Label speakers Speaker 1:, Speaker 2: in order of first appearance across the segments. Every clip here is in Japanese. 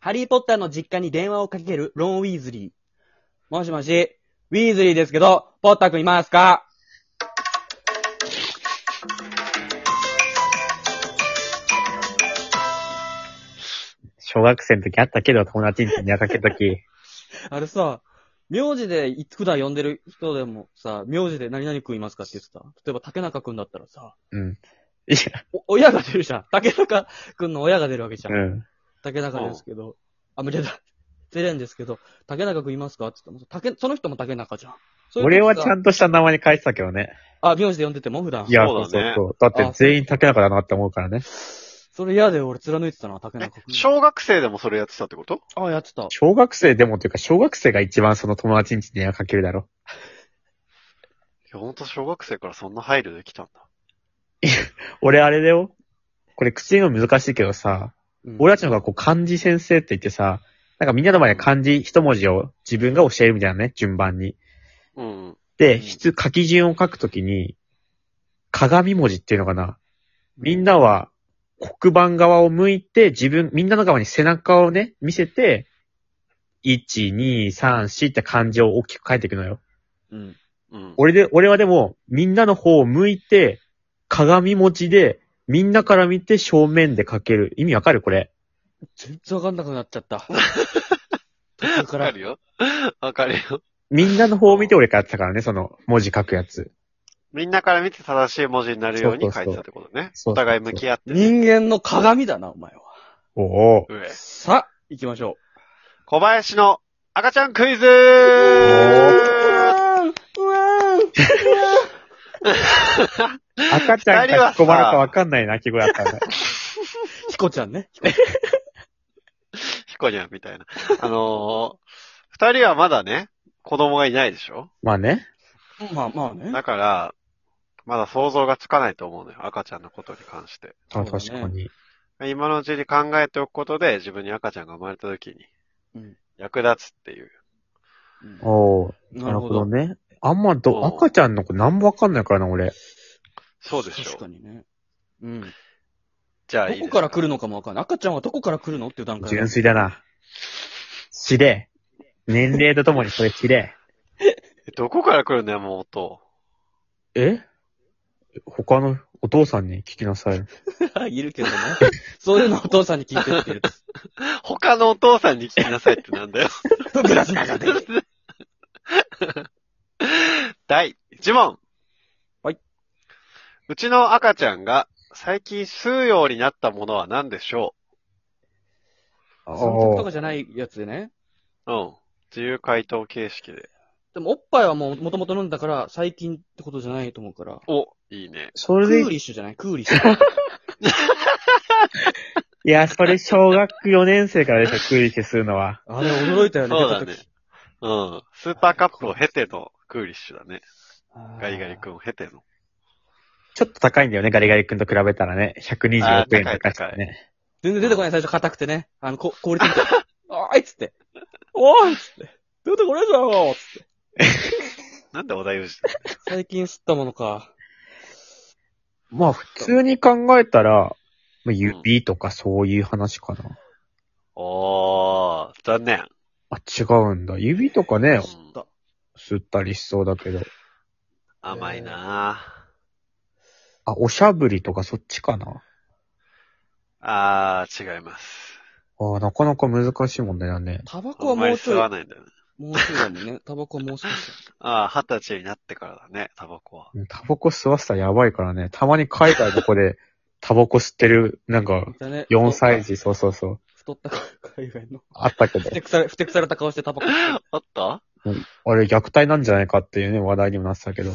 Speaker 1: ハリーポッターの実家に電話をかけるロン・ウィーズリー。もしもし、ウィーズリーですけど、ポッターくんいますか
Speaker 2: 小学生の時あったけど、友達に電話かける時。
Speaker 1: あれさ、名字でい普段呼んでる人でもさ、名字で何々くんいますかって言ってた。例えば竹中くんだったらさ、
Speaker 2: うん。い
Speaker 1: お親が出るじゃん。竹中くんの親が出るわけじゃ
Speaker 2: や、
Speaker 1: ん。
Speaker 2: うん。
Speaker 1: 竹中ですけど、あ、間違えた。ゼレンですけど、竹中くんいますかって言っても、竹、その人も竹中じゃん。そういう時
Speaker 2: 俺
Speaker 1: さ
Speaker 2: はちゃんとした名前に返してたけどね。
Speaker 1: あ、名字で呼んでても普段。
Speaker 2: いや、
Speaker 3: そ
Speaker 2: そうう
Speaker 3: だ
Speaker 2: そ
Speaker 3: ね
Speaker 2: うそう。だって全員竹中だなって思うからね。
Speaker 1: それ嫌で俺貫いてたな、竹
Speaker 3: え
Speaker 1: 中くん、。
Speaker 3: 小学生でもそれやってたってこと
Speaker 1: あ、やってた。
Speaker 2: 小学生でもというか、小学生が一番その友達に電話かけるだろ。
Speaker 3: いや、ほんと小学生からそんな配慮できたんだ。
Speaker 2: 俺あれだよ。これ口の難しいけどさ、
Speaker 1: うん
Speaker 2: 俺たちの学校漢字先生って言ってさ、なんかみんなの前で漢字一文字を自分が教えるみたいなね、順番に。
Speaker 3: うん。
Speaker 1: うん
Speaker 2: で、筆書き順を書くときに、鏡文字っていうのかな。みんなは黒板側を向いて、自分、みんなの側に背中をね、見せて、1、2、3、4って漢字を大きく書いていくのよ。
Speaker 1: うん。
Speaker 3: うん。
Speaker 2: 俺で、俺はでも、みんなの方を向いて、鏡文字で、みんなから見て正面で書ける。意味わかるこれ。
Speaker 1: 全然わかんなくなっちゃった。途中か。
Speaker 3: わからるよ。 わかるよ。
Speaker 2: みんなの方を見て俺からやってたからね、その文字書くやつ。
Speaker 3: みんなから見て正しい文字になるように書いてたってことね。
Speaker 2: そうそうそう
Speaker 3: お互い向き合って、ね。
Speaker 1: 人間の鏡だな、お前は。
Speaker 2: おお。
Speaker 3: 上
Speaker 1: さあ、行きましょ
Speaker 3: 小林の赤ちゃんクイ
Speaker 1: う。
Speaker 3: ズ
Speaker 2: お赤ちゃんか引き込まれるかわかんないな、記号だったら。
Speaker 1: ヒコちゃんね。
Speaker 3: ヒコニャンみたいな。あのー、二人はまだね、子供がいないでしょ
Speaker 2: まあね。
Speaker 1: まあまあね。
Speaker 3: だから、まだ想像がつかないと思うのよ。赤ちゃんのことに関して。
Speaker 2: あ確かに。
Speaker 3: 今のうちに考えておくことで、自分に赤ちゃんが生まれた時に
Speaker 1: うん、
Speaker 3: 役立つっていう。
Speaker 1: うん
Speaker 2: おお。
Speaker 1: な
Speaker 2: な
Speaker 1: る
Speaker 2: る
Speaker 1: ほど
Speaker 2: ほど。ね。あんま
Speaker 3: うん
Speaker 2: ど、赤ちゃんの子なんもわかんないからな、俺。
Speaker 3: そうでし
Speaker 1: 確
Speaker 3: ょ
Speaker 1: か
Speaker 3: う。
Speaker 1: にね。うん。
Speaker 3: じゃあ
Speaker 1: ど
Speaker 3: いいです
Speaker 1: こから来るのかもわかんない。赤ちゃんはどこから来るのっていう段階
Speaker 2: 純粋だな。知れ。年齢とともにそれ知れ。
Speaker 3: どこから来るのよ、もう音。
Speaker 2: え他のお父さんに聞きなさい。
Speaker 1: いるけどね。そういうのお父さんに聞いてってる。
Speaker 3: 他のお父さんに聞きなさいってなん だよ。
Speaker 1: ドグラス中で。
Speaker 3: 第1問。
Speaker 1: はい。
Speaker 3: うちの赤ちゃんが最近吸うようになったものは何でしょ
Speaker 1: その時と
Speaker 2: お
Speaker 1: か
Speaker 2: ー
Speaker 1: じゃないやつでね。
Speaker 3: ううん。自由回答形式で。
Speaker 1: でもおっぱいはもう元々飲んだから最近ってことじゃないと思うから。
Speaker 3: お、いいね。
Speaker 2: そ
Speaker 1: ク
Speaker 2: れで、
Speaker 1: ーリッシュじゃないクーリッシュ。
Speaker 2: いや、それ小学4年生からでしょ、クーリッシュするのは。
Speaker 1: あれ驚いたよね。
Speaker 3: そうだね
Speaker 1: 出た時
Speaker 3: うん。スーパーカップを経てのクーリッシュだね。
Speaker 1: あー
Speaker 3: ガリガリ君を経ての。
Speaker 2: ちょっと高いんだよね、ガリガリ君と比べたらね。126円とかしてね。
Speaker 1: 全然出てこない、最初硬くてね。あの、こ、氷ついて。あーいっつって。おーいっつって。出てこないじゃんつって。
Speaker 3: なんでお題をし
Speaker 1: 最近吸ったものか。
Speaker 2: まあ、普通に考えたら、まあ指とかそういう話かな。
Speaker 3: おー、残念。
Speaker 2: あ、違うんだ。指とかね、
Speaker 3: うん
Speaker 1: だ
Speaker 2: 吸ったりしそうだけど。
Speaker 3: 甘いな
Speaker 2: あ、おしゃぶりとかそっちかな。
Speaker 3: あー、違います。
Speaker 2: あーなかなか難しい問題だね。
Speaker 1: タバコ
Speaker 3: あ
Speaker 1: は
Speaker 3: んま
Speaker 1: も
Speaker 3: り
Speaker 1: うち
Speaker 3: 吸
Speaker 1: ょ
Speaker 3: わ
Speaker 1: い、
Speaker 3: ないんだよね。
Speaker 1: もうちょいだもんね。タバコはもう少し
Speaker 3: あー、二十歳になってからだね、タバコは。
Speaker 2: タバコ吸わせたらやばいからね。たまに海外の子 でタバコ吸ってる、なんか
Speaker 1: だ。、だ ね。
Speaker 2: 4歳。児、そうそうそう。
Speaker 1: 太った海外の。
Speaker 2: あったけど
Speaker 1: ふ。てくされ、ふてくされた顔してタバコ吸ってる。
Speaker 3: あった
Speaker 2: あれ、虐待なんじゃないかっていうね、話題にもなってたけど。
Speaker 3: へ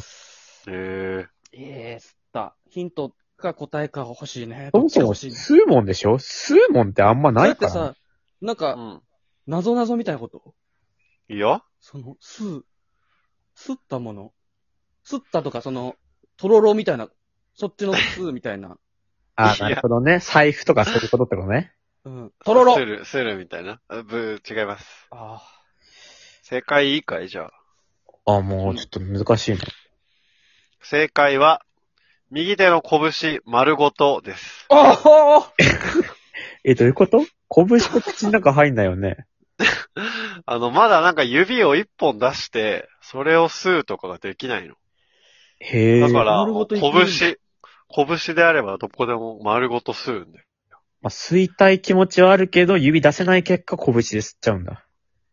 Speaker 3: え。
Speaker 1: ええ吸った。ヒントか答えか欲しいね。
Speaker 2: そもそも
Speaker 1: 欲しい。
Speaker 2: 吸うもんでしょ吸うもんってあんまないか
Speaker 1: それっ
Speaker 2: ら。
Speaker 1: てさ、なん
Speaker 3: う
Speaker 1: か、
Speaker 3: ん。
Speaker 1: なぞなぞみたいなこと
Speaker 3: いいよ
Speaker 1: その、吸う、吸ったもの。吸ったとか、その、とろろみたいな、そっちの吸うみたいな。
Speaker 2: あー、なるほどね。財布とかそういうことってことね。
Speaker 1: うん。とろろ
Speaker 3: スル、スルみたいな。あぶー、違います。
Speaker 1: あ
Speaker 3: 正解いいかいじゃあ。
Speaker 2: あー、もうちょっと難しいね。
Speaker 3: 正解は、右手の拳丸ごとです。
Speaker 1: あ。おお
Speaker 2: え、どういうこと拳と口の中入んないよね。
Speaker 3: あの、まだなんか指を一本出して、それを吸うとかができないの。
Speaker 2: へえ。
Speaker 3: だから、
Speaker 1: 丸ごといけるんだ
Speaker 3: 拳、拳であればどこでも丸ごと吸うんだよ。
Speaker 2: まあ、吸いたい気持ちはあるけど、指出せない結果、拳で吸っちゃうんだ。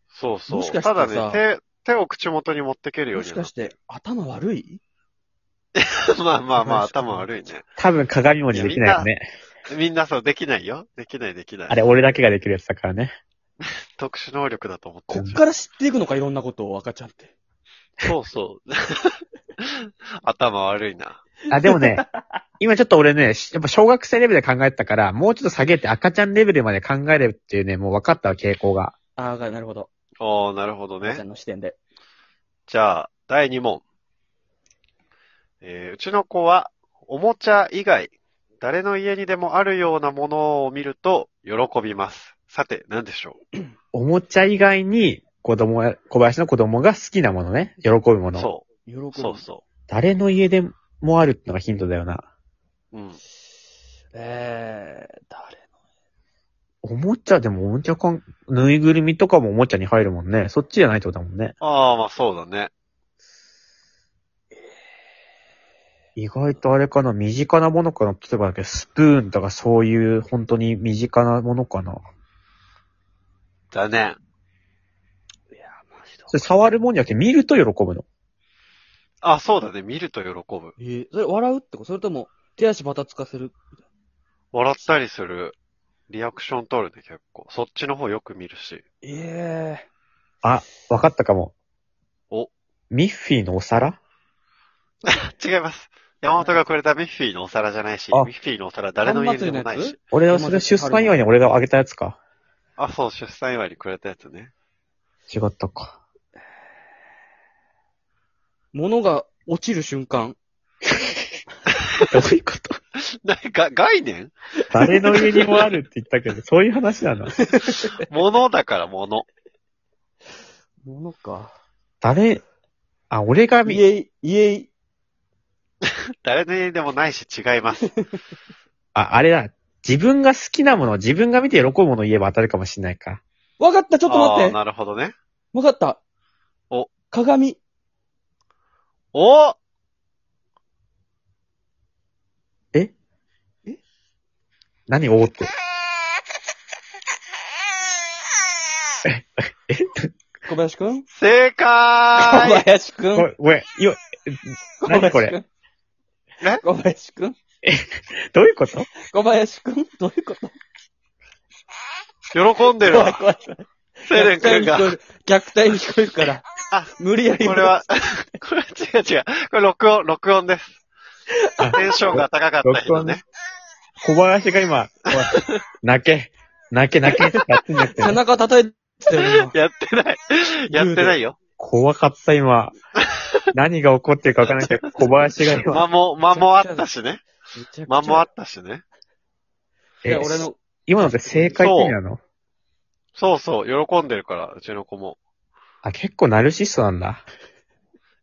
Speaker 3: そうそう。
Speaker 1: もしかして
Speaker 3: た
Speaker 1: さ
Speaker 3: だね、手、手を口元に持ってけるよう
Speaker 1: も
Speaker 3: に
Speaker 1: し
Speaker 3: は
Speaker 1: かして、頭悪い
Speaker 3: まあまあまあ、頭悪いね。
Speaker 2: 多分鏡文字できないよね。
Speaker 3: みんなそう、できないよ。できないできない。
Speaker 2: あれ、俺だけができるやつだからね。
Speaker 3: 特殊能力だと思って
Speaker 1: こ
Speaker 3: ん
Speaker 1: っ
Speaker 3: じゃん
Speaker 1: から知っていくのか、いろんなことを赤ちゃんって。
Speaker 3: そうそう。 頭悪いな。
Speaker 2: あ、でも ね、今ちょっと俺ね、しやっぱ小学生レベルで考えてたから、もうちょっと下げて赤ちゃんレベルまで考えるっていうね、もう分かったわ傾向が。
Speaker 1: ああ、なるほど。
Speaker 3: おー、なるほど
Speaker 1: 赤ちゃ
Speaker 3: ね。
Speaker 1: んの視点で。
Speaker 3: じゃあ、第2問。えーうちの子は、おもちゃ以外、誰の家にでもあるようなものを見ると、喜びます。さて、何でしょ
Speaker 2: おもちゃ以外に、子供や、小林の子供が好きなものね、喜ぶも
Speaker 3: う
Speaker 2: の。
Speaker 3: そ
Speaker 1: 喜ぶ。
Speaker 3: う、そうそ
Speaker 2: 誰の家でもあるってのがヒントだよな。
Speaker 3: う。うん。
Speaker 1: えー、誰
Speaker 2: おもちゃでもおもちゃかん、ぬいぐるみとかもおもちゃに入るもんね。そっちじゃないってことだもんね。
Speaker 3: ああ、まあそうだね。
Speaker 2: 意外とあれかな、身近なものかな。例えばだけど、スプーンとかそういう本当に身近なものかな。
Speaker 3: だね。
Speaker 1: いや、マジだ
Speaker 2: そ。れ触るもんじゃなくて見ると喜ぶの。
Speaker 3: あ、そうだね。見ると喜ぶ。
Speaker 1: えー、それ笑うってことそれとも、手足ばたつかせる
Speaker 3: 笑ったりする。リアクション取るね、結構。そっちの方よく見るし。
Speaker 1: ええ
Speaker 2: わかったかも。
Speaker 3: お。ミ
Speaker 2: ミッフィーのお皿
Speaker 3: 違います。山本がくれたミッフィーのお皿じゃないし、
Speaker 2: あ
Speaker 3: ミッフィーのお皿誰の家にでもない
Speaker 1: 本祭りのや
Speaker 3: し
Speaker 1: つ。
Speaker 2: 俺はそれ出産祝いに俺があげたやつか。
Speaker 3: あ、そう、出産祝いにくれたやつね。
Speaker 2: 違ったか。
Speaker 1: 物が落ちる瞬間。
Speaker 2: どういうこと
Speaker 3: なんか、概念
Speaker 2: 誰の家にもあるって言ったけど、そういう話なの。
Speaker 3: 物だから物。
Speaker 1: 物か。
Speaker 2: 誰、あ、俺が見、
Speaker 1: 家、家、
Speaker 3: 誰の家にでもないし違います。
Speaker 2: あ、あれだ。自分が好きなもの、自分が見て喜ぶものを言えば当たるかもしれないか。
Speaker 1: わかった、ちょっと待
Speaker 3: あ
Speaker 1: っ
Speaker 3: ー
Speaker 1: て。
Speaker 3: なるほどね。
Speaker 1: わかった。
Speaker 3: お。
Speaker 1: 鏡。
Speaker 3: お
Speaker 2: 何おーって。
Speaker 1: 小林くん
Speaker 3: 正
Speaker 1: 小
Speaker 3: 解
Speaker 1: 林くん
Speaker 2: ごごめん、よ、
Speaker 1: 小
Speaker 2: 何
Speaker 1: 林
Speaker 2: こ
Speaker 1: く
Speaker 2: れ
Speaker 1: ん
Speaker 3: え
Speaker 1: 小林くん
Speaker 2: どういうこと
Speaker 1: 小林くんどういうこと
Speaker 3: 喜んでる
Speaker 1: 怖い
Speaker 3: わ。
Speaker 1: 怖い怖い。
Speaker 3: セレン君が。
Speaker 1: 虐待に聞こえる。虐待に聞こえるから。
Speaker 3: あ
Speaker 1: 無理やり。
Speaker 3: これは、 これ違う違う。これ録音、録音です。
Speaker 2: あ
Speaker 3: テンションが高かった
Speaker 2: 録
Speaker 3: 人
Speaker 2: 音ね
Speaker 3: ね。。
Speaker 2: 小林が 今、おい泣け、泣け、泣けってやってんじゃなくて
Speaker 1: 背中叩いてたよ今
Speaker 3: やってない。 やってないよ。
Speaker 2: 怖かった今。何が起こってるか分からないけど、小林が今、
Speaker 3: 間も、間もあったしね。
Speaker 1: めちゃくちゃ
Speaker 3: 間もあったしね。
Speaker 1: いや
Speaker 2: え
Speaker 1: 俺の、
Speaker 2: 今のって正解って意味なの
Speaker 3: そうそう、喜んでるから、うちの子も。
Speaker 2: あ、結構ナルシストなんだ。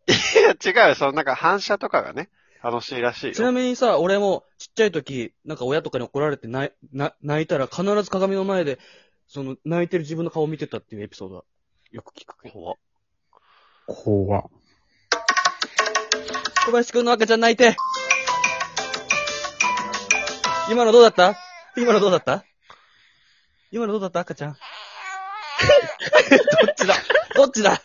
Speaker 3: いや、違うよ。そのなんか反射とかがね、楽しいらしい
Speaker 1: ちな
Speaker 3: よ。
Speaker 1: みにさ、俺もちっちゃい時、なんか親とかに怒られて泣いな泣いたら必ず鏡の前で、その泣いてる自分の顔を見てたっていうエピソードはよく聞くけど。
Speaker 3: 怖
Speaker 2: 怖っ。
Speaker 1: 小林くんの赤ちゃん泣いて今のどうだった今のどうだった今のどうだった赤ちゃん。どっちだどっちだ